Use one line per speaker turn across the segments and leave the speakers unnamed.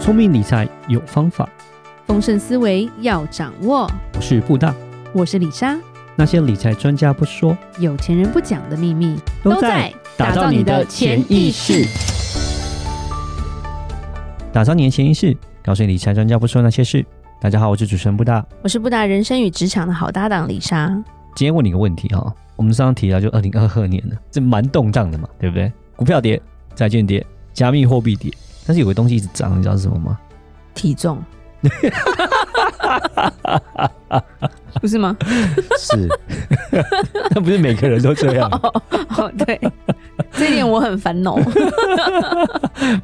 聪明理财有方法，
丰盛思维要掌握。
我是布大。
我是李莎，
那些理财专家不说，
有钱人不讲的秘密
打造你的潜意识。。打造你的潜意识，告诉你理财专家不说那些事。大家好，我是主持人布大。
我是布达人生与职场的好搭档李莎。
今天问你个问题哈、我们刚刚提到就二零二二年了，这蛮动荡的嘛，对不对？股票跌，债券跌，加密货币跌，但是有个东西一直涨，你知道是什么 吗？
体重，不 是吗？
是，那不是每个人都这样，
哦，哦对，这一点我很 烦恼。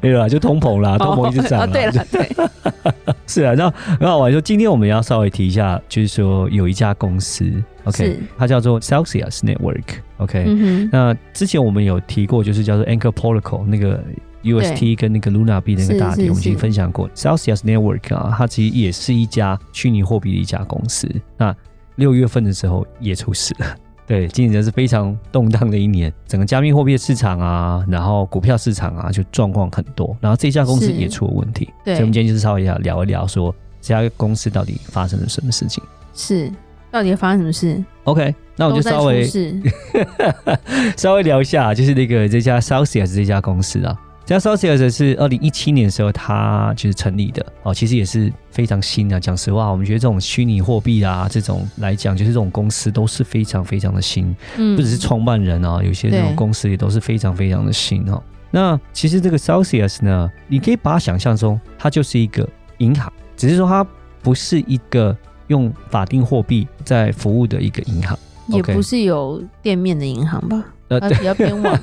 没有啦，就通膨啦，通膨一啊直涨、
哦，对了， 对，
是啊，那很好玩。就今天我们要稍微提一下，就是说有一家公司，OK，
是
它叫做 Celsius Network，OK、
嗯哼，
那之前我们有提过，就是叫做 Anchor Protocol 那个 UST 跟那个 Luna B 那个大
是
跌，
是
我们已经
是
分享过。Celsius Network 啊，它其实也是一家虚拟货币的一家公司。那六月份的时候也出事了。 对，今年真是非常动荡的一年，整个加密货币的市场啊，然后股票市场啊，就状况很多。然后这家公司
是
也出了问题，
对
所以我们今天就是稍微要聊一聊说这家公司到底发生了什么事情。
是，到底发生什么事？
OK，那我就
都在
稍
出
微
事，
稍微聊一下，就是那个这家 Celsius 这家公司啊，这家 Celsius 是二零一七年的时候它就是成立的哦，其实也是非常新的。讲实话，我们觉得这种虚拟货币啊，这种来讲，就是这种公司都是非常非常的新，
嗯
不只是创办人啊，有些这种
对
公司也都是非常非常的新哦。那其实这个 Celsius 呢，你可以把它想象中，它就是一个银行，只是说它不是一个用法定货币在服务的一个银行。
也
OK
不是有店面的银行吧？
呃，
它
对
比较 偏网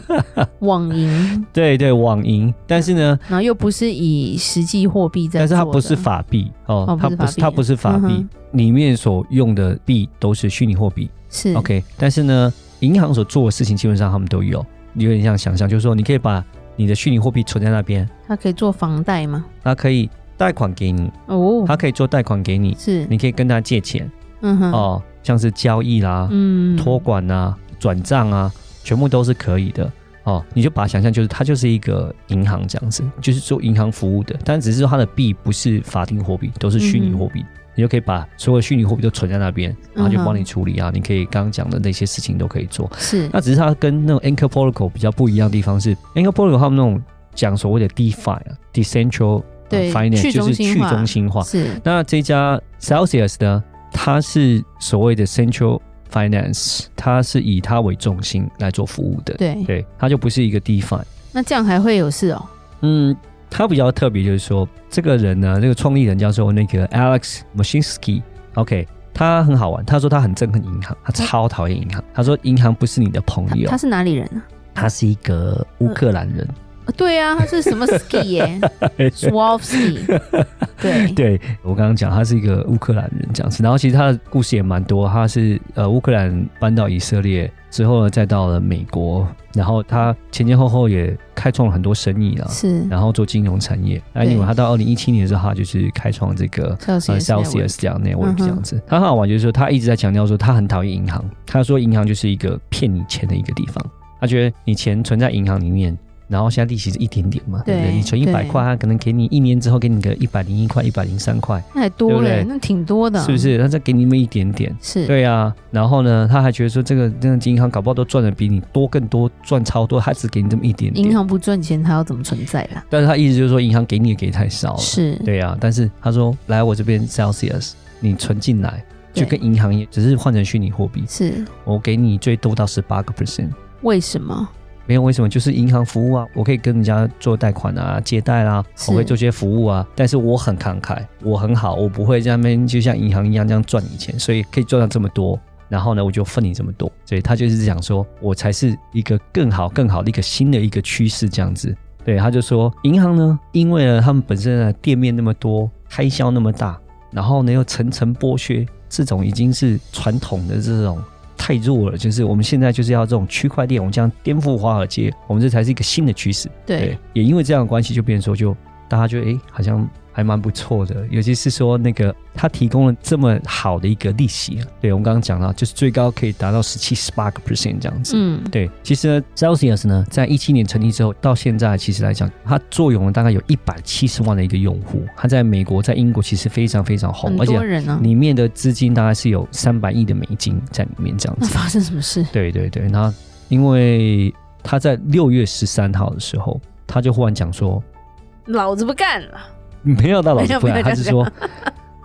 网银，
对对，网银，但是呢，
然后又不是以实际货币在
但
做的，
是它不是法币
哦
哦，
不
它
是
不
法
是
币
它不是法
嗯
币
哼，
里面所用的币都是虚拟货币。
是
OK，但是呢，银行所做的事情基本上他们都有，有点像想象，就是说你可以把你的虚拟货币存在那边，
它可以做房贷吗？
它可以贷款给你，
哦，
它可以做贷款给你，
是，
你可以跟他借钱
嗯哼，
哦，像是交易啦、
嗯，
托管啊、转账啊，全部都是可以的。哦，你就把它想象就是它就是一个银行这样子，就是做银行服务的，但只是说它的币不是法定货币，都是虚拟
嗯
货币。你就可以把所有虚拟货币都存在那边，然后就帮你处理啊。你可以刚刚讲的那些事情都可以做。
是，
那只是它跟那种 Anchor Protocol 比较不一样的地方是，Anchor Protocol 他们那种讲所谓的 DeFi 啊，Decentral 呃
对
Finance
去
就是
中
去
心化
中心化。
是
那这家 Celsius 呢，它是所谓的 Central Finance，它是以它为重心来做服务的。
对
它就不是一个 DeFi。
那这样还会有事哦？
嗯，它比较特别就是说，这个人呢，这个创立人叫做那个 Alex Mashinsky。OK。他很好玩，他说他很憎恨银行，他超讨厌银行。他说银行不是你的朋
他
友
他，是哪里人啊？
他是一个乌克兰 人。
啊对啊，他是什么 ski 耶 s w a l f s k i 对
哎对我刚刚讲，他是一个乌克兰人这样子，然后其实他的故事也蛮多，他是呃乌克兰搬到以色列之后呢，再到了美国，然后他前前后后也开创了很多生意啊，
是
然后做金融产业。那
对
因为他到二零一七年的时候，他就是开创这个。呃
Celsius Network，
，Celsius 这样 network
嗯哼
这样子，他很好玩，就是说他一直在强调说他很讨厌银行，他说银行就是一个骗你钱的一个地方，他觉得你钱存在银行里面，然后现在利息是一点点嘛，对不对？
对
你存一百
对
块，他可能给你一年之后给你个一百零一块、一百零三块，
那还
对
多
不对
嘞，那挺多的，啊
是不？是？他再给你们一点点。
是，
对啊，然后呢，他还觉得说这个这个银行搞不好都赚的比你多更多，赚超多，他只给你这么一点
银
点。
行不赚钱，它要怎么存在啦？
但是他意思就是说银行给你也给太少了。
是，
对啊，但是他说来我这边 Celsius，你存进来
对
就跟银行也只是换成虚拟货币，
是
我给你最多到十八个 percent。
为什么？
没有为什么，就是银行服务啊，我可以跟人家做贷款啊、借贷啦、
是
我会做些服务啊，但是我很慷慨，我很好，我不会在那边就像银行一样这样赚你钱，所以可以赚到这么多。然后呢，我就分你这么多，所以他就是讲说，我才是一个更好、更好的一个新的一个趋势这样子。对，他就说，银行呢，因为呢他们本身的店面那么多，开销那么大，然后呢又层层剥削，这种已经是传统的这种太弱了，就是我们现在就是要这种区块链，我们这样颠覆华尔街，我们这才是一个新的趋势。
对，
也因为这样的关系，就变成说就大家就诶好像还蛮不错的。尤其是说那个他提供了这么好的一个利息啊，对我们刚刚讲到，就是最高可以达到十七、十八个 percent 这样子。
嗯，
对，其实呢 Celsius 呢，在一七年成立之后到现在，其实来讲，它坐拥了大概有一百七十万的一个用户，它在美国、在英国其实非常非常
很
红，而
多
且
人啊呢、
里面的资金大概是有三百亿的美金在里面这样
那
子。
发生什么事？
对对对，那因为他在六月十三号的时候，他就忽然讲说，
老子不干了！
没有到老
没
师
有
不
没
然，
有
他
这
是
样
说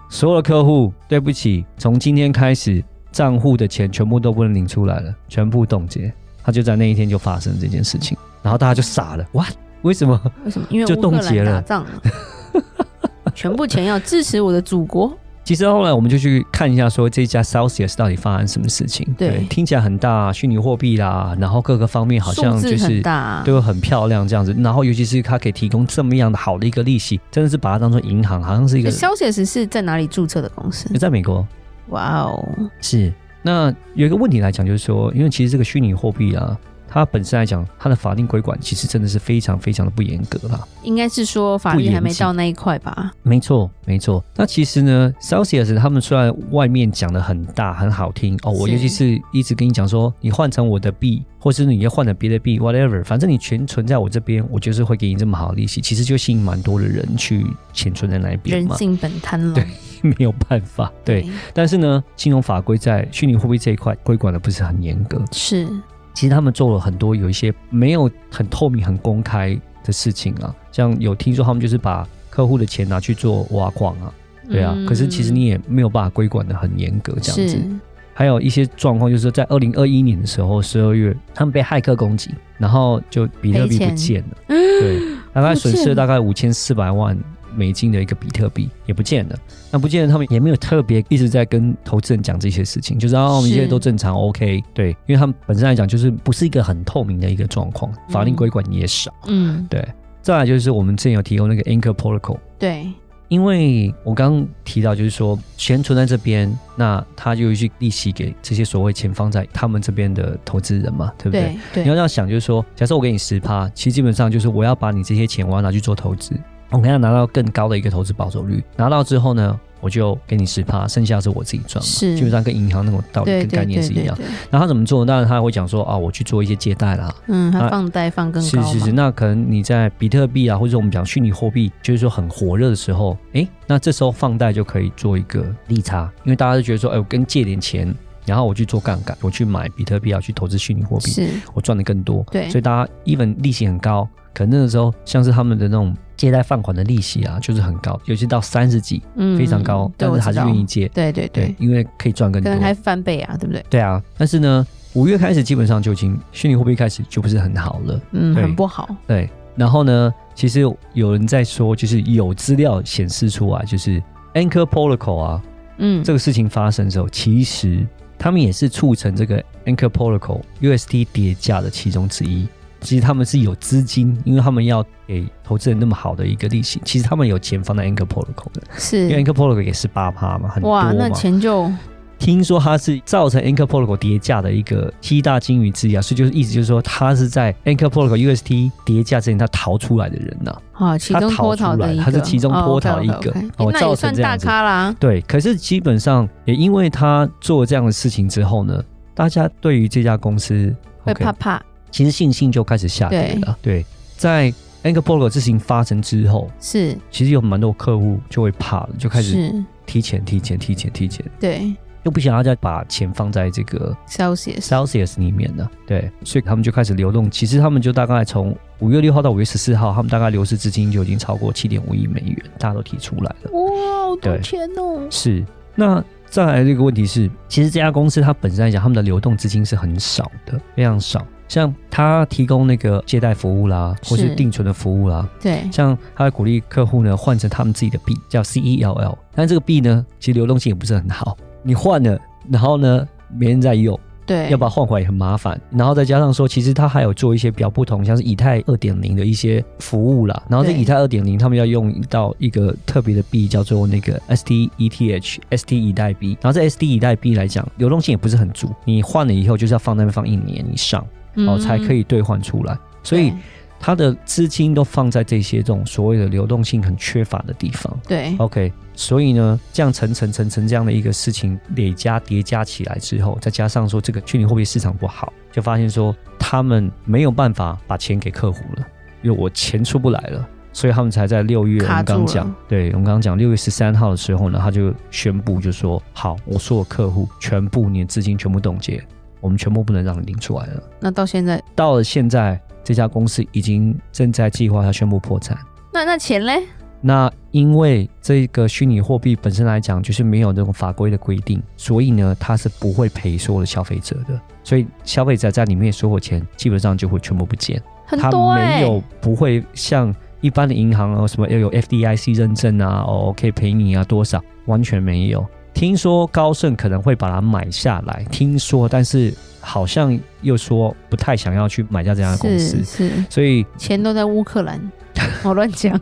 所有的客户，对不起，从今天开始，账户的钱全部都不能领出来了，全部冻结。他就在那一天就发生这件事情，然后大家就傻了，what？为什么？
为什么？因为
就
乌克
冻结
兰
了
打 仗了，全部钱要支持我的祖国。
其实后来我们就去看一下，说这家 Celsius 到底发生什么事情。
对
听起来很大，虚拟货币啦，然后各个方面好像
数
就
字很
是
大、啊，
都很漂亮这样子。然后尤其是它可以提供这么样的好的一个利息，真的是把它当做银行，好像是一个
Celsius 哎是在哪里注册的公司？
在美国，
哇哦，
是，那有一个问题来讲，就是说，因为其实这个虚拟货币啊，它本身来讲，它的法定规管其实真的是非常非常的不严格啦。
应该是说法律还没到那一块吧？
没错，没错。那其实呢，Celsius 他们虽然外面讲的很大很好听哦，我
是
尤其是一直跟你讲说，你换成我的币，或是你要换成别的币，whatever，反正你全存在我这边，我就是会给你这么好的利息，其实就吸引蛮多的人去钱存在那边
人
嘛，
性本贪哎婪，
对 没有办法。对，，但是呢，金融法规在虚拟货币这一块规管的不是很严格，
是
其实他们做了很多有一些没有很透明、很公开的事情啊，像有听说他们就是把客户的钱拿去做挖矿啊，对啊，
嗯
可是其实你也没有办法规管的很严格这样
是
子。还有一些状况就是说在二零二一年的时候，十二月他们被骇客攻击，然后就比特币
赔钱哦
不见了，对，大概损
不见
失
了
大概五千四百万。美金的一个比特币也不见了，那不见了，他们也没有特别一直在跟投资人讲这些事情，就是啊，我们
是
一切都正常，OK，对，因为他们本身来讲就是不是一个很透明的一个状况，法令
嗯
规管也少，
嗯，
对。再来就是我们之前有提供那个 Anchor Protocol，
对，
因为我刚刚提到，就是说钱存在这边，那他就去利息给这些所谓钱放在他们这边的投资人嘛，对不对？
对，对
你要这样想，就是说，假设我给你十趴，其实基本上就是我要把你这些钱，我要拿去做投资，我可能要拿到更高的一个投资报酬率。拿到之后呢，我就给你十趴，剩下是我自己赚嘛，
是
基本上跟银行那种道理
对
跟概
对
念
对
是一
对
样。
对，
然后他怎么做？当然他还会讲说啊，我去做一些借贷啦，
嗯，
啊
它放贷放更
是
高
是是，
嘛，
那可能你在比特币啊，或者我们讲虚拟货币，就是说很火热的时候，诶，那这时候放贷就可以做一个利差，因为大家都觉得说，哎，我跟借点钱，然后我去做杠杆，我去买比特币啊，去投资虚拟货币，
是
我赚的更多。
对
所以大家 even 利息很高，可能那个时候像是他们的那种借贷放款的利息啊，就是很高，尤其到三十几，
嗯
非常高，
对
但
我
是还
知
是
道
愿意借，
对对对，
因为可以赚更
可
多。
能还翻倍啊，对不对？
对啊，但是呢，五月开始基本上就已经虚拟货币开始就不是很好了。
嗯，
对
很不好，
对，然后呢，其实有人在说，就是有资料显示出来，就是 Anchor Protocol 啊，
嗯，
这个事情发生之后，其实他们也是促成这个 Anchor Protocol USD 跌价的其中之一。其实他们是有资金，因为他们要给投资人那么好的一个利息，其实他们有钱放在 Anchor Protocol 的，因为
是
Anchor Protocol 也是八趴嘛，很多
哇，那
嘛。
钱就啊
听说它是造成 Anchor Protocol 跌价的一个七大金鱼之一啊，所以就是意思就是说，它是在 Anchor Protocol UST 跌价之前，它逃出来的人呐、
啊，其中
逃
脱
出
逃的
来
一个，
它是其中
哦
脱逃的一
，OK，OK，OK
个哦
那
造成
也算
这样
大
子
咖啦，
对，可是基本上也因为他做这样的事情之后呢，大家对于这家公司
会
OK，
怕怕，
其实信心就开始下跌了。对，在 Anchor Protocol 事情发生之后，
是
其实有蛮多客户就会怕了，就开始
是，
提前、提前、提前、提前，
对
又不想要再把钱放在这个
，Celsius
Celsius 里面的，对，所以他们就开始流动。其实他们就大概从五月六号到五月十四号，他们大概流失资金就已经超过七点五亿美元，大家都提出来了。
哇，好多
对
钱哦！
是，那再来这个问题是，其实这家公司它本身来讲，他们的流动资金是很少的，非常少。像它提供那个借贷服务啦，或是
是
定存的服务啦，
对，
像它鼓励客户呢换成他们自己的币，叫 CELL，但这个币呢，其实流动性也不是很好，你换了，然后呢，没人在用。
对，
要把它换回来也很麻烦。然后再加上说，其实它还有做一些比较不同，像是以太二点零的一些服务啦。然后这
对
以太二点零，他们要用到一个特别的币，叫做那个 E STETH ST 以太币。E 然后这 ST 以太币来讲，流动性也不是很足，你换了以后就是要放那边放一年以上，
嗯
哦，才可以兑换出来。所以
对
它的资金都放在这些这种所谓的流动性很缺乏的地方。
对，
OK，所以呢，这样层层层层这样的一个事情累加叠加起来之后，再加上说这个虚拟货币市场不好，就发现说他们没有办法把钱给客户了，因为我钱出不来了，所以他们才在六月我
卡
们
住
刚讲
了，
对我们刚讲六月十三号的时候呢，他就宣布就说，好，我所有客户全部你的资金全部冻结，我们全部不能让你领出来了。
那到现在，
到了现在，这家公司已经正在计划要宣布破产。
那那钱嘞？
那因为这个虚拟货币本身来讲，就是没有这种法规的规定，所以呢，它是不会赔所有的消费者的。所以消费者在里面所有钱基本上就会全部不见，
很
它
多哎、
没有不会像一般的银行哦，什么要有 FDIC 认证啊，哦可以赔你啊多少，完全没有。听说高盛可能会把它买下来，听说，但是好像又说不太想要去买下这家公司
是，是，
所以
钱都在乌 克兰。我乱讲，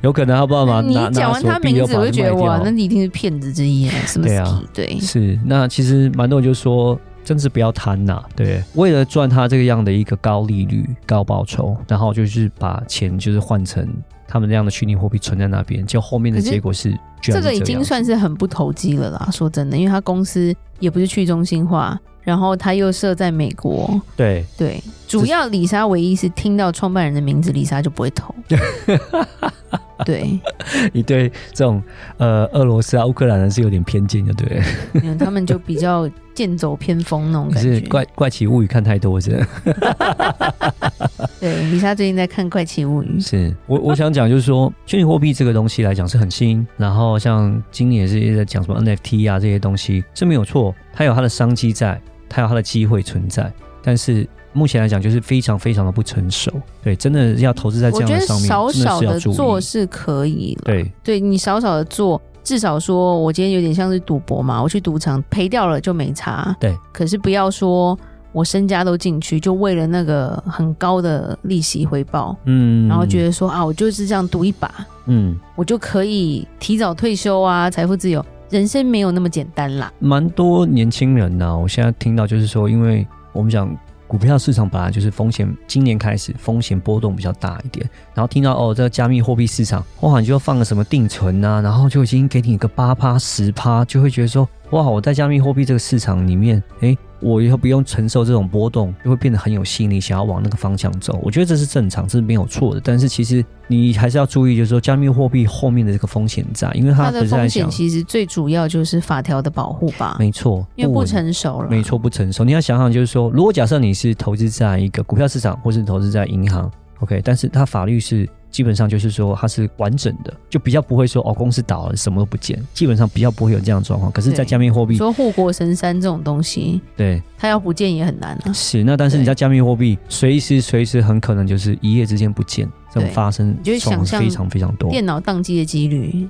有可能他不知道拿
你
拿
讲完
拿
他
手臂又
名字，
把
我
它
就觉得
卖掉
哇，那你一定是骗子之一哎，什么
对啊
ski？对，
是，那其实蛮多人就说，真是不要贪呐、对，为了赚他这个样的一个高利率、高报酬，然后就是把钱就是换成他们那样的虚拟货币存在那边，就后面的
可是
结果是居然
这
是这
个已经
样
算是很不投机了啦。说真的，因为他公司也不是去中心化，然后他又设在美国，
对，
对，主要李莎唯一是听到创办人的名字，李莎就不 会投。对，
你对这种呃俄罗斯啊、乌克兰人是有点偏见的，对了，
没有他们就比较剑走偏锋那种感
是
觉。
怪怪奇物语看太多，真的。
对，李莎最近在看《怪奇物语》，
是我我想讲就是说，虚拟货币这个东西来讲是很新，然后像今年也是一直在讲什么 NFT 啊这些东西是没有错，它有它的商机在，它有它的机会存在，但是目前来讲就是非常非常的不成熟，对，真的要投资在这
我
样
觉
的
得
上面，
少
真的
少
是要
的
注
做
意，
是可以了。
对
对你少少的做，至少说我今天有点像是赌博嘛，我去赌场赔掉了就没差。
对，
可是不要说我身家都进去，就为了那个很高的利息回报，
嗯，
然后觉
得
得说啊，我就是这样赌一把，
嗯。
我就可以提早退休啊，财富自由。人生没有那么简单啦，
蛮多年轻人呐、我现在听到就是说，因为我们讲股票市场本来就是风险，今年开始风险波动比较大一点，然后听到哦，这个加密货币市场，哇，你就放个什么定存啊，然后就已经给你个八趴十趴，就会觉得说，哇，我在加密货币这个市场里面，诶，我以后不用承受这种波动，就会变得很有吸引力，想要往那个方向走。我觉得这是正常，这是没有错的。但是其实你还是要注意，就是说加密货币后面的这个风险在，因为它
它
本
的
身来
风
讲
险，其实最主要就是法条的保护吧，
没错，
因为不
稳
成熟了。
没，错，不成熟。你要想想，就是说，如果假设你是投资在一个股票市场，或是投资在银行，OK，但是它法律是基本上就是说它是完整的，就比较不会说哦公司倒了什么都不见，基本上比较不会有这样的状况。可是，在
对
加密货币，
说护国神山这种东西，
对，
它要不见也很难啊。
是那但是
对
你在加密货币，随时随时很可能就是一夜之间不见，这种
对
发生
你就
这
会
种
想象
非常非常多。
电脑宕机的 几率，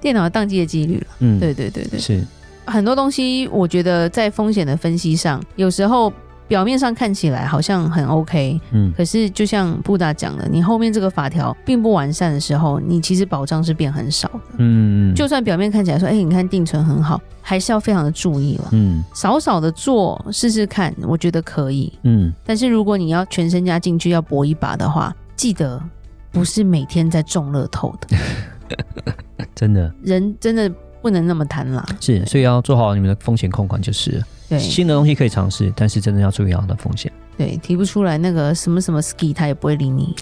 电脑宕机的几率了。
嗯，
对对对对，
是，
很多东西我觉得在风险的分析上，有时候表面上看起来好像很 OK，
嗯，
可是就像布达讲的，你后面这个法条并不完善的时候，你其实保障是变很少的。
嗯，
就算表面看起来说，哎、你看定存很好，还是要非常的注意了。
嗯
少少的做试试看，我觉得可以。
嗯，
但是如果你要全身家进去要搏一把的话，记得不是每天在中乐透的。
真的
人真的不能那么贪婪。
是，所以要做好你们的风险控管就是了。
对
新的东西可以尝试，但是真的要注意好它的风险。
对，提不出来那个什么什么 ski，他也不会理 你。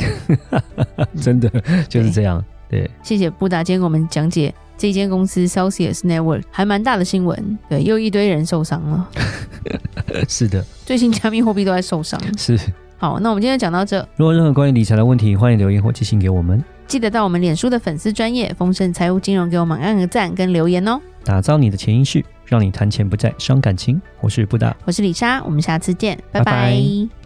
真的就是这样。对，
谢谢布达今天给我们讲解这间公司 Celsius Network 还蛮大的新闻，对，又一堆人受伤 了，
是的，
最新加密货币都在受伤。
是。
好，那我们今天讲到这，
如果有任何关于理财的问题，欢迎留言或寄信给我们。
记得到我们脸书的粉丝专业丰盛财务金融给我们按个赞跟留言哦。
打造你的潜意识，让你谈钱不再伤感情。我是布达。
我是李莎，我们下次见，
拜
拜
拜
拜